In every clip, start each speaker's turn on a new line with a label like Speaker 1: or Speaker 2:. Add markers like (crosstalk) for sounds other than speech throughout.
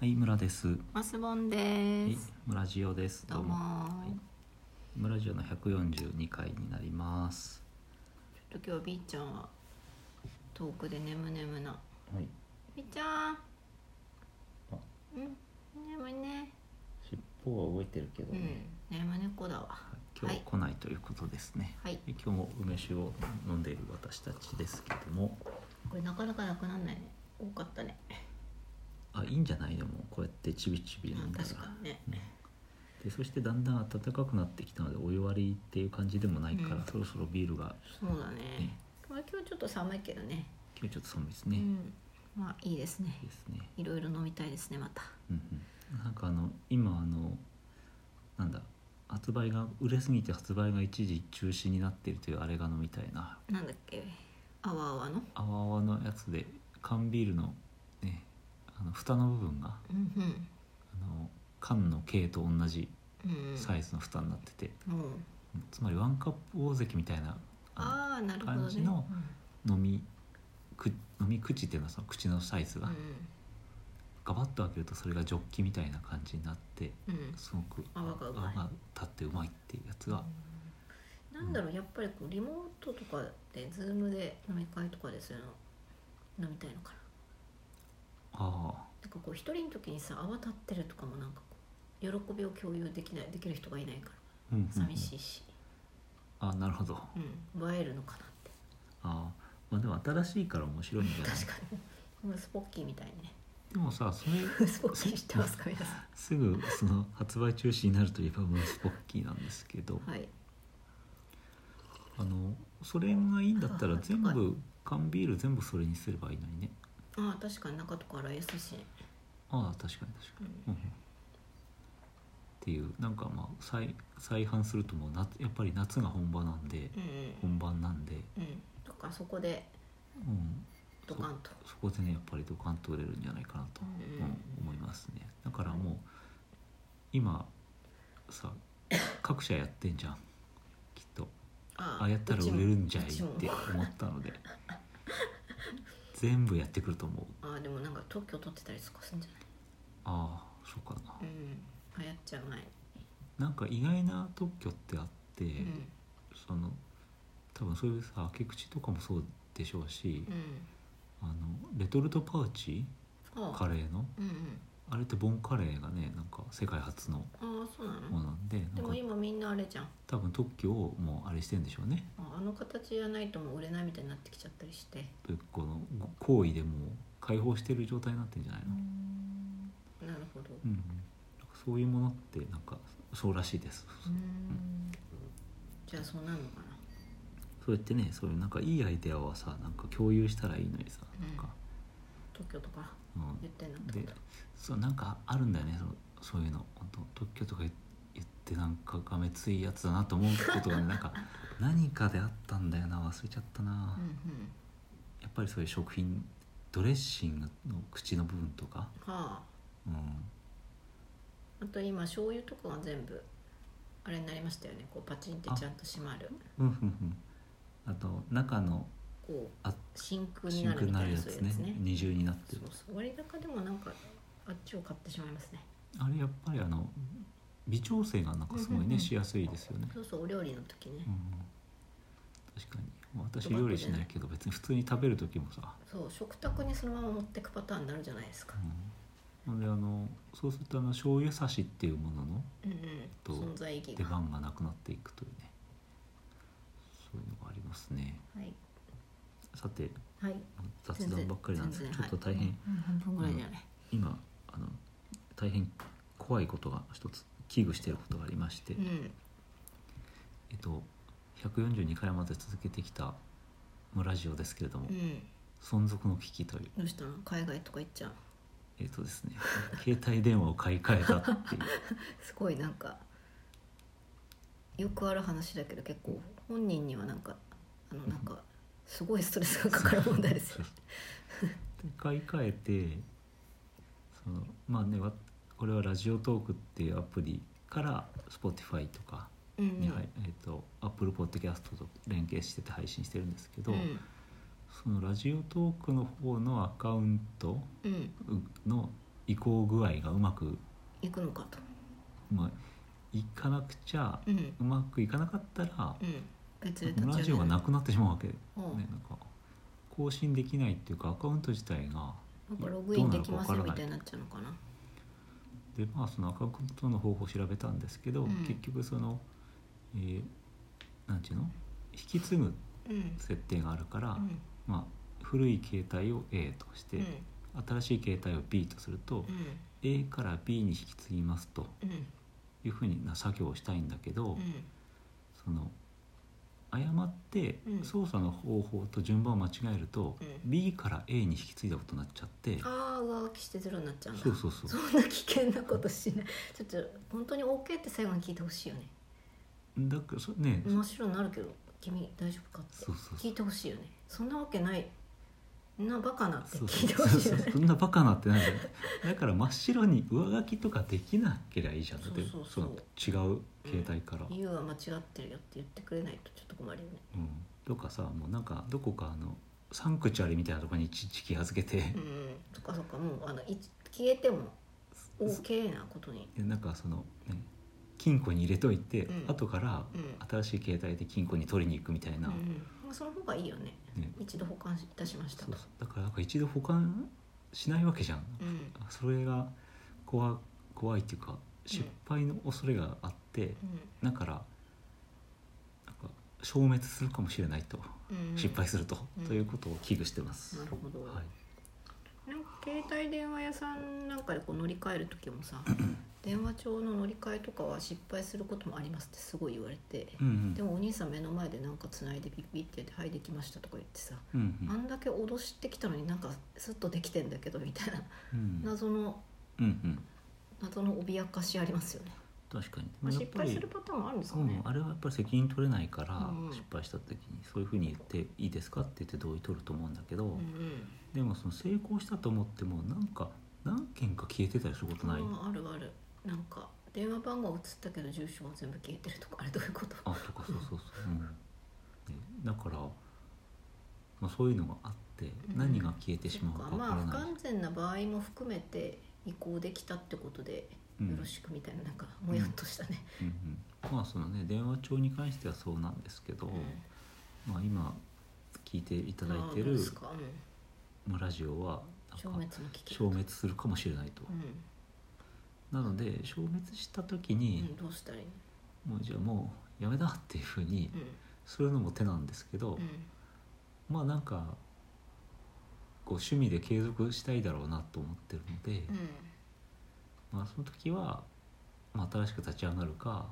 Speaker 1: はい、村です。は
Speaker 2: マスボンで
Speaker 1: い
Speaker 2: す。、
Speaker 1: 村ジオです。
Speaker 2: どうもー、
Speaker 1: はい村ジオの142回になります。
Speaker 2: ちょっと今日 B ちゃんは遠くで眠眠な。
Speaker 1: はい、
Speaker 2: B ちゃん。うん。眠いね。
Speaker 1: 尻尾は動いてるけど
Speaker 2: うん。眠猫だわ。
Speaker 1: 今日
Speaker 2: はい
Speaker 1: 来ないということですね。
Speaker 2: はい。
Speaker 1: で今日も梅酒を飲んでいる私たちですけども、
Speaker 2: これなかなかなくならないね。多かったね。
Speaker 1: あ、いいんじゃないでもこうやってちびちび飲んだら
Speaker 2: 確。かにね。
Speaker 1: でそしてだんだん暖かくなってきたのでお湯割りっていう感じでもないから、
Speaker 2: うん
Speaker 1: そろそろビールが
Speaker 2: そうだね
Speaker 1: ね。
Speaker 2: まあ今日ちょっと寒いけどね。
Speaker 1: 今日ちょっと寒いですね、
Speaker 2: う
Speaker 1: い
Speaker 2: ん。まあいいですね。
Speaker 1: いですね
Speaker 2: いろいろ飲みたいですねまた。
Speaker 1: うんうんなんかあの今あのなんだ発売が売れすぎて発売が一時中止になってるというあれが飲みたいな
Speaker 2: なんだっけ。あわあわの。
Speaker 1: 泡泡のやつで缶ビールのねあの蓋の部分が
Speaker 2: うん
Speaker 1: あの缶の径と同じ
Speaker 2: うん。うん。
Speaker 1: サイズの蓋になってて、
Speaker 2: もう。
Speaker 1: つまりワンカップ大関みたいなあ
Speaker 2: ああなるほどね。
Speaker 1: 感じのの飲みく飲み口っていうのはその口のサイズ
Speaker 2: うん
Speaker 1: が、ガバッと開けるとそれがジョッキみたいな感じになって
Speaker 2: うん。うん
Speaker 1: すごく
Speaker 2: 泡がうまい
Speaker 1: 泡立ってうまいっていうやつが
Speaker 2: なんだろうやっぱりこうリモートとかでズームで飲み会とかでするの飲みたいのかな
Speaker 1: ああ
Speaker 2: なんかこう一人の時にさ泡立ってるとかもなんかこう喜びを共有できないできる人がいないか
Speaker 1: うんうんうん
Speaker 2: ら寂しいし、
Speaker 1: あなるほど
Speaker 2: うん、映えるのかなって
Speaker 1: あまあでも新しいから面白いんじゃない
Speaker 2: 確かにこのスポッキーみたいにね
Speaker 1: でもさそれ
Speaker 2: スポッキー知ってますか皆さん
Speaker 1: すぐその発売中止になるといえばムースポッキーなんですけど、
Speaker 2: はい
Speaker 1: あのそれがいいんだったら
Speaker 2: あ
Speaker 1: 全
Speaker 2: 高
Speaker 1: 部缶ビール全部それにすればいいのにね
Speaker 2: ああ確かに中とか洗いやすいし、
Speaker 1: ああ確かに確か
Speaker 2: う
Speaker 1: に、
Speaker 2: ん
Speaker 1: うんうんっていうなんかまあ再再販するともう夏やっぱり夏が本場なんで、
Speaker 2: うん
Speaker 1: 本番なんで、
Speaker 2: うんうんとかそこで
Speaker 1: うん、
Speaker 2: ドカンと
Speaker 1: そこでねやっぱりドカンと売れるんじゃないかなと、
Speaker 2: うん
Speaker 1: うん思いますねだからもう今さ各社やってんじゃんきっと
Speaker 2: あ
Speaker 1: あやったら売れるんじゃいうっ
Speaker 2: ちも
Speaker 1: て思ったので全部やってくると思う
Speaker 2: ああでもなんか特許取ってたりとかするんじゃない
Speaker 1: ああそうかな、
Speaker 2: うん流行っちゃう前に
Speaker 1: なんか意外な特許ってあって、
Speaker 2: うん
Speaker 1: その多分そういうさ開け口とかもそうでしょうし、
Speaker 2: うん
Speaker 1: あのレトルトパウチ
Speaker 2: ああ
Speaker 1: カレーの
Speaker 2: うん
Speaker 1: あれってボンカレーがねなんか世界初の
Speaker 2: うん、ああそうな
Speaker 1: も
Speaker 2: の
Speaker 1: のなんで
Speaker 2: で
Speaker 1: なん
Speaker 2: も
Speaker 1: か
Speaker 2: 今みんなあれじゃん
Speaker 1: 多分特許をもうあれしてんでしょうね
Speaker 2: ああの形じゃないともう売れないみたいになってきちゃったりして
Speaker 1: というこの行為でもう解放してる状態になってんじゃないの、
Speaker 2: なるほど
Speaker 1: うんうん、なんかそういうものってなんかそうらしいです、
Speaker 2: うんじゃあそうなるのかな
Speaker 1: そうやってねそういうなんかいいアイデアはさなんか共有したらいいのにさ
Speaker 2: うん
Speaker 1: なんか、
Speaker 2: 特許とか
Speaker 1: うん
Speaker 2: 言ってんのって
Speaker 1: で
Speaker 2: こと
Speaker 1: そうなんかあるんだよねそのそういうの本当特許とか言言ってなんかがめついやつだなと思うこと
Speaker 2: (laughs)
Speaker 1: がねなんか何かであったんだよな忘れちゃったな、
Speaker 2: うんうん
Speaker 1: やっぱりそういう食品ドレッシングの口の部分とか、
Speaker 2: はあ
Speaker 1: うん、
Speaker 2: あと今醤油とかが全部あれになりましたよねこうパチンってちゃんと閉まる
Speaker 1: うんうんうんあと中の
Speaker 2: こ
Speaker 1: あ
Speaker 2: う真空に
Speaker 1: 真
Speaker 2: な
Speaker 1: 空
Speaker 2: る
Speaker 1: に
Speaker 2: み
Speaker 1: な
Speaker 2: た
Speaker 1: る
Speaker 2: い
Speaker 1: や
Speaker 2: な
Speaker 1: つ
Speaker 2: そういう
Speaker 1: ね
Speaker 2: やつね
Speaker 1: 二重になって
Speaker 2: そう
Speaker 1: る
Speaker 2: そう割高でもなんかあっちを買ってしまいますね
Speaker 1: あれやっぱりあの微調整がなんかすごいね、
Speaker 2: うんうんうん
Speaker 1: しやすいですよね、
Speaker 2: そうそうお料理の時ね、
Speaker 1: うんうん、確かに私料理しないけど別に普通に食べる時もさ、
Speaker 2: そう食卓にそのまま持ってくパターンになるじゃないですか、
Speaker 1: うん、ほんであのそうするとあの醤油差しっていうものの
Speaker 2: うんうん
Speaker 1: と
Speaker 2: 存在意義
Speaker 1: 出
Speaker 2: がは
Speaker 1: 番がなくなっていくというねそういうのがありますね
Speaker 2: い
Speaker 1: さて
Speaker 2: はい
Speaker 1: 雑談ばっかりなんですけどちょっと大変、、
Speaker 2: 全然はいうん半分ぐらいじゃない、
Speaker 1: 今あの大変怖いことが一つ危惧していることがありまして、
Speaker 2: うん
Speaker 1: えっと142回まで続けてきた村ジオですけれども、
Speaker 2: うん
Speaker 1: 存続の危機という
Speaker 2: どうしたの海外とか行っちゃう (laughs)
Speaker 1: えっとですね携帯電話を買い替えたって
Speaker 2: (laughs)
Speaker 1: いう
Speaker 2: すごいなんかよくある話だけど結構本人にはなんかあのなんかすごいストレスがかかる問題ですよ
Speaker 1: そうで買い替えてそのまあねわこれはラジオトークっていうアプリから Spotify とか
Speaker 2: うん
Speaker 1: に、はいえっと Apple Podcast と連携してて配信してるんですけど、
Speaker 2: うん
Speaker 1: そのラジオトークの方のアカウント
Speaker 2: うん
Speaker 1: の移行具合がうまく、
Speaker 2: 行くのかと
Speaker 1: まあ、いかなくちゃ
Speaker 2: うん
Speaker 1: うまくいかなかったら
Speaker 2: うん別で立ち上げ
Speaker 1: ラジオがなくなってしまうわけ、ね、
Speaker 2: うん
Speaker 1: なんか更新できないっていうかアカウント自体が
Speaker 2: なんかログインできます
Speaker 1: どうなるか
Speaker 2: み
Speaker 1: わからない
Speaker 2: たいになっちゃうのかな
Speaker 1: でまあそのアカウントの方法を調べたんですけど、
Speaker 2: うん
Speaker 1: 結局その、えーなんていうの引き継ぐ
Speaker 2: うん
Speaker 1: 設定があるから、
Speaker 2: うん
Speaker 1: まあ、古い携帯を A として、
Speaker 2: うん
Speaker 1: 新しい携帯を B とすると、A から B に引き継ぎますと
Speaker 2: うんうん
Speaker 1: いうふうな作業をしたいんだけど、
Speaker 2: うん
Speaker 1: その誤って
Speaker 2: うん
Speaker 1: 操作の方法と順番を間違えると、
Speaker 2: うん
Speaker 1: B から A に引き継いだことになっちゃって、
Speaker 2: ああ上書きしてゼロになっちゃうんだ
Speaker 1: そうそうそう
Speaker 2: そんな危険なことしないちょっと本当に OK って最後に聞いてほしいよね
Speaker 1: だからそね、
Speaker 2: 真っ白になるけど君大丈夫かって
Speaker 1: そうそうそ
Speaker 2: 聞いてほしいよねそんなわけないそんなバカなって
Speaker 1: う
Speaker 2: 聞いて
Speaker 1: そう
Speaker 2: ほしい
Speaker 1: そ
Speaker 2: よ
Speaker 1: う
Speaker 2: ね
Speaker 1: そ
Speaker 2: (laughs)
Speaker 1: うそんなバカなってなんだよだから真っ白に上書きとかできなけりゃいいじゃんだって
Speaker 2: そうそうそう
Speaker 1: その違う携帯から、
Speaker 2: 言うは間違ってるよって言ってくれないとちょっと困るよね
Speaker 1: うん、とかさもうなんかどこかあのサンクチュアリみたいなところにいちいち気預けて、
Speaker 2: うんそっかそっかもうあのい消えても
Speaker 1: (laughs)
Speaker 2: OK なことに
Speaker 1: でなんかその、ね、金庫に入れといて、
Speaker 2: うん
Speaker 1: 後から
Speaker 2: うん
Speaker 1: 新しい携帯で金庫に取りに行くみたいな、
Speaker 2: うん、その方がいいよね
Speaker 1: ね
Speaker 2: 一度保管いたしました
Speaker 1: そ
Speaker 2: と
Speaker 1: うそうだからなんか一度保管しないわけじゃん、
Speaker 2: うん
Speaker 1: それが怖怖いっていうか失敗の恐れがあって、だからなんか消滅するかもしれないと、
Speaker 2: うんうん
Speaker 1: 失敗すると、
Speaker 2: うん
Speaker 1: ということを危惧してます。
Speaker 2: なるほど
Speaker 1: はい
Speaker 2: なんか携帯電話屋さんなんかでこう乗り換える時もさ電話帳の乗り換えとかは失敗することもありますってすごい言われて、
Speaker 1: うんうん
Speaker 2: でもお兄さん目の前でなんかつないでピッピッてやって「はいできました」とか言ってさ、
Speaker 1: うん
Speaker 2: あんだけ脅してきたのになんかスッとできてんだけどみたいな
Speaker 1: うんうん
Speaker 2: 謎の
Speaker 1: うんうん
Speaker 2: 謎の脅かしありますよね、
Speaker 1: 確かに、
Speaker 2: まあ、
Speaker 1: やっ
Speaker 2: 失
Speaker 1: ぱ
Speaker 2: 敗
Speaker 1: り
Speaker 2: するパターンもあるんですか
Speaker 1: う
Speaker 2: ね
Speaker 1: ん、あれはやっぱり責任取れないから、
Speaker 2: うんうん
Speaker 1: 失敗した時にそういうふうに言っていいですかって言って同意取ると思うんだけど、
Speaker 2: うんうん
Speaker 1: でもその成功したと思ってもなんか何件か消えてたりすることない、
Speaker 2: あーあるあるなんか電話番号映ったけど住所が全部消えてるとかあれどういうこと
Speaker 1: あとかそうそうそう、うんね、だから、まあ、そういうのがあって
Speaker 2: ん
Speaker 1: 何が消えてしまうか
Speaker 2: そっ
Speaker 1: わから
Speaker 2: まあ不
Speaker 1: ない、
Speaker 2: 完全な場合も含めて移行できたってことで
Speaker 1: うん
Speaker 2: よろしくみたいななんかもやっとしたね、
Speaker 1: うんうん、まあそのね電話帳に関してはそうなんですけど、まあ、今聞いていただいて
Speaker 2: あーどう
Speaker 1: る
Speaker 2: ですか、うん、
Speaker 1: ラジオはなん
Speaker 2: 消
Speaker 1: か
Speaker 2: 滅の危機
Speaker 1: 消滅するかもしれないと。
Speaker 2: う
Speaker 1: なので消滅した時
Speaker 2: ん、うん
Speaker 1: に、
Speaker 2: どうしたらいい
Speaker 1: もうじゃあもうやめだっていうふうに
Speaker 2: の
Speaker 1: するのも手なんですけど、
Speaker 2: うん
Speaker 1: まあなんかこう趣味で継続したいだろうなと思ってるので、
Speaker 2: う
Speaker 1: まあ、その時は、まあ、新しく立ち上がるか、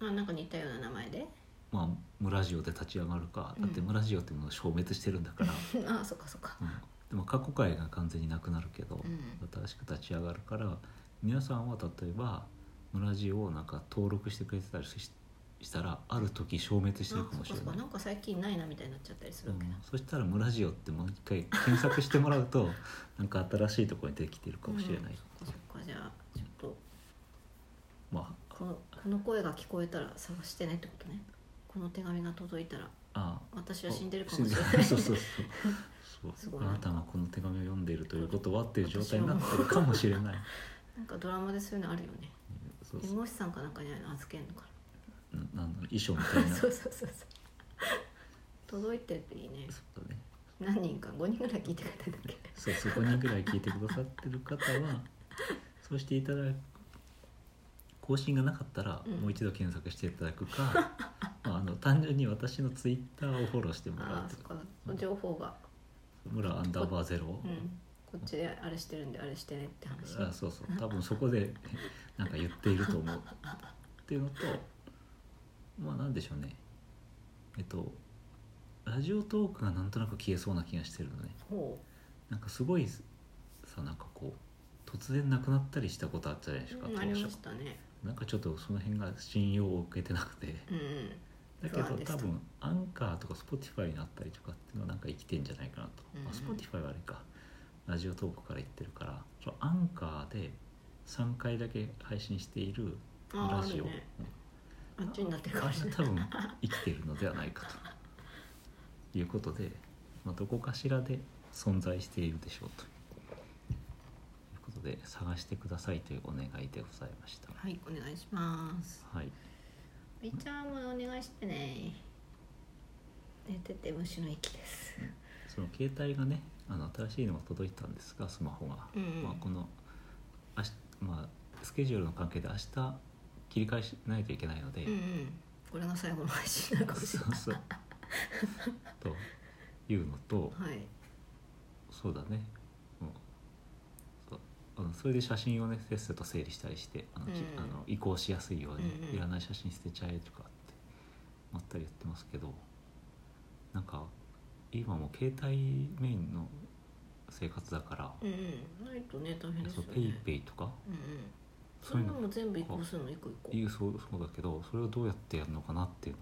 Speaker 2: ん、うん、あなんか似たような名前で (laughs)
Speaker 1: まあ、村ジオで立ち上がるか
Speaker 2: うん
Speaker 1: だって村ジオってものは消滅してるんだから、
Speaker 2: あそっかそっか
Speaker 1: うんでも過去回が完全になくなるけど、
Speaker 2: うん
Speaker 1: 新しく立ち上がるから皆さんは例えば村ジオをなんか登録してくれてたりししたらある時消滅してる
Speaker 2: あ
Speaker 1: か
Speaker 2: そ
Speaker 1: も
Speaker 2: っ
Speaker 1: し
Speaker 2: か
Speaker 1: れ
Speaker 2: そ
Speaker 1: な
Speaker 2: っか
Speaker 1: い
Speaker 2: な。んか最近ないなみたいになっちゃったりするわけだ
Speaker 1: うん、そしたら「村ジオ」ってもう一回検索してもらうと (laughs) なんか新しいところにできてるかもしれない、
Speaker 2: うんそっかそっかじゃあちょっと
Speaker 1: ま
Speaker 2: このこの声が聞こえたら探してねってことねこの手紙が届いたら
Speaker 1: ああ
Speaker 2: 私は死んでるかもしれない
Speaker 1: そう
Speaker 2: (laughs)
Speaker 1: そうそうそう
Speaker 2: すごい
Speaker 1: あなたがこの手紙を読んでいるということはっていう状態になってるかもしれない
Speaker 2: なんかドラマでそういうのあるよね
Speaker 1: そう
Speaker 2: 弁
Speaker 1: そう
Speaker 2: 護士さんかなんかにあるの預けんのか
Speaker 1: ななんだ衣装みたい
Speaker 2: な
Speaker 1: な
Speaker 2: (laughs) そ
Speaker 1: そう
Speaker 2: うそうそうそう届いてるといいね
Speaker 1: だね
Speaker 2: 何人か5人ぐらい聞いてくれたんだっけ
Speaker 1: そうそこにぐらい聞いてくださってる方
Speaker 2: (laughs)
Speaker 1: はそうしていただく更新がなかったら
Speaker 2: うん
Speaker 1: もう一度検索していただく
Speaker 2: (laughs)
Speaker 1: か、まあ、あの単純に私のツイッターをフォローしてもら
Speaker 2: ああ
Speaker 1: う
Speaker 2: そ
Speaker 1: と
Speaker 2: (laughs) っ
Speaker 1: か
Speaker 2: か情報が
Speaker 1: 村アンダーバーゼロ、
Speaker 2: うんこっちであれしてるんであれしてねって話
Speaker 1: あそうそう多分そこで (laughs) なんか言っていると思うっていうのとまあなんでしょうねえっとラジオトークがなんとなく消えそうな気がしてるのね
Speaker 2: ほ
Speaker 1: なんかすごいさなんかこう突然なくなったりしたことあったじゃないですか
Speaker 2: うな
Speaker 1: 当
Speaker 2: りま
Speaker 1: 初
Speaker 2: したね
Speaker 1: なんかちょっとその辺が信用を受けてなくて
Speaker 2: うん
Speaker 1: だけ
Speaker 2: 不安
Speaker 1: ど
Speaker 2: でし
Speaker 1: 多
Speaker 2: た
Speaker 1: 分アンカーとか Spotify になったりとかっていうのはなんか生きてんじゃないかなと、
Speaker 2: うんうん
Speaker 1: まあ Spotify はあれかラジオトークから言ってるからそのアンカーで3回だけ配信している
Speaker 2: うんああ
Speaker 1: ラ
Speaker 2: あ
Speaker 1: ジ
Speaker 2: る
Speaker 1: オ
Speaker 2: ねあっちになってるか
Speaker 1: あ
Speaker 2: も
Speaker 1: れ
Speaker 2: しれない
Speaker 1: 多分生きてるのではないかということで、まあ、どこかしらで存在しているでしょうということでで探してくださいというお願いでございました
Speaker 2: はいお願いします
Speaker 1: はい
Speaker 2: リチャーもお願いしてね寝てて虫の息です
Speaker 1: その携帯がねあの新しいのが届いたんですがスマホが、
Speaker 2: うんうん
Speaker 1: まあ、このあし、まあ、スケジュールの関係で明日切り返しないといけないので、
Speaker 2: うんうんこれが最後の配信なのかもし
Speaker 1: そ (laughs)
Speaker 2: れ
Speaker 1: うそうというの
Speaker 2: (laughs)
Speaker 1: と
Speaker 2: ないはい
Speaker 1: そうだね、うん、そうあのそれで写真をねせっせと整理したりしてあの、き
Speaker 2: うん
Speaker 1: あの移行しやすいように、
Speaker 2: うんうん
Speaker 1: いらない写真捨てちゃえとかってまったり言ってますけどなんか今もう携帯メインの生活だから、
Speaker 2: うんうんないとね大変です
Speaker 1: そ
Speaker 2: よ
Speaker 1: う
Speaker 2: ね
Speaker 1: ペイペイとか
Speaker 2: うんうんそ
Speaker 1: そうい
Speaker 2: ん
Speaker 1: う
Speaker 2: な
Speaker 1: の
Speaker 2: も全部移行するの一個一個
Speaker 1: いうそうそうだけどそれをどうやってやるのかなっていうの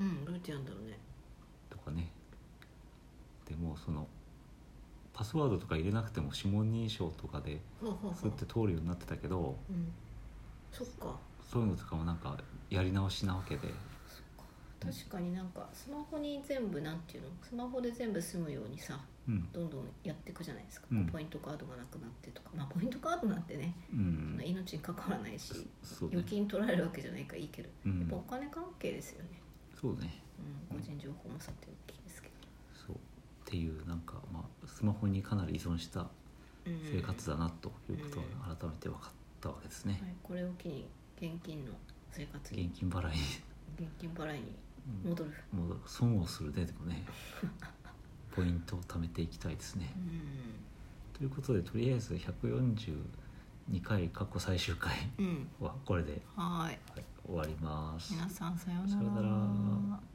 Speaker 2: うんどうやってやるんだろうね
Speaker 1: とかねでもうそのパスワードとか入れなくても指紋認証とかで
Speaker 2: ほうほう
Speaker 1: す
Speaker 2: ほ
Speaker 1: っ
Speaker 2: う
Speaker 1: て通るようになってたけど
Speaker 2: うんそっか
Speaker 1: そういうのとかもなんかやり直しなわけで
Speaker 2: 確かになんかスマホに全部なんていうのスマホで全部済むようにさ
Speaker 1: うん
Speaker 2: どんどんやっていくじゃないですか、
Speaker 1: うん
Speaker 2: ポイントカードがなくなってとかまあポイントカードなんてね、
Speaker 1: うん
Speaker 2: そんな命に関わらないし、
Speaker 1: そうね
Speaker 2: 預金取られるわけじゃないからいいけど、
Speaker 1: う
Speaker 2: やっ
Speaker 1: ん
Speaker 2: ぱお金関係ですよね、
Speaker 1: そうね
Speaker 2: うん、個人情報もさておきですけど、
Speaker 1: そうっていうなんかまあスマホにかなり依存した
Speaker 2: うん、
Speaker 1: 生活だなということ
Speaker 2: うん
Speaker 1: が改めて分かったわけですね
Speaker 2: はい、これを機に現金の生活
Speaker 1: 現
Speaker 2: に
Speaker 1: 金払いに
Speaker 2: 現金払いに
Speaker 1: うん
Speaker 2: 戻る、
Speaker 1: もう損をするねでもね (laughs) ポイントを貯めていきたいですね
Speaker 2: うん
Speaker 1: ということでとりあえず142回過去最終回
Speaker 2: うん
Speaker 1: はこれで
Speaker 2: はい
Speaker 1: はい終わります
Speaker 2: 皆さんさよう
Speaker 1: さような
Speaker 2: な
Speaker 1: ら
Speaker 2: ら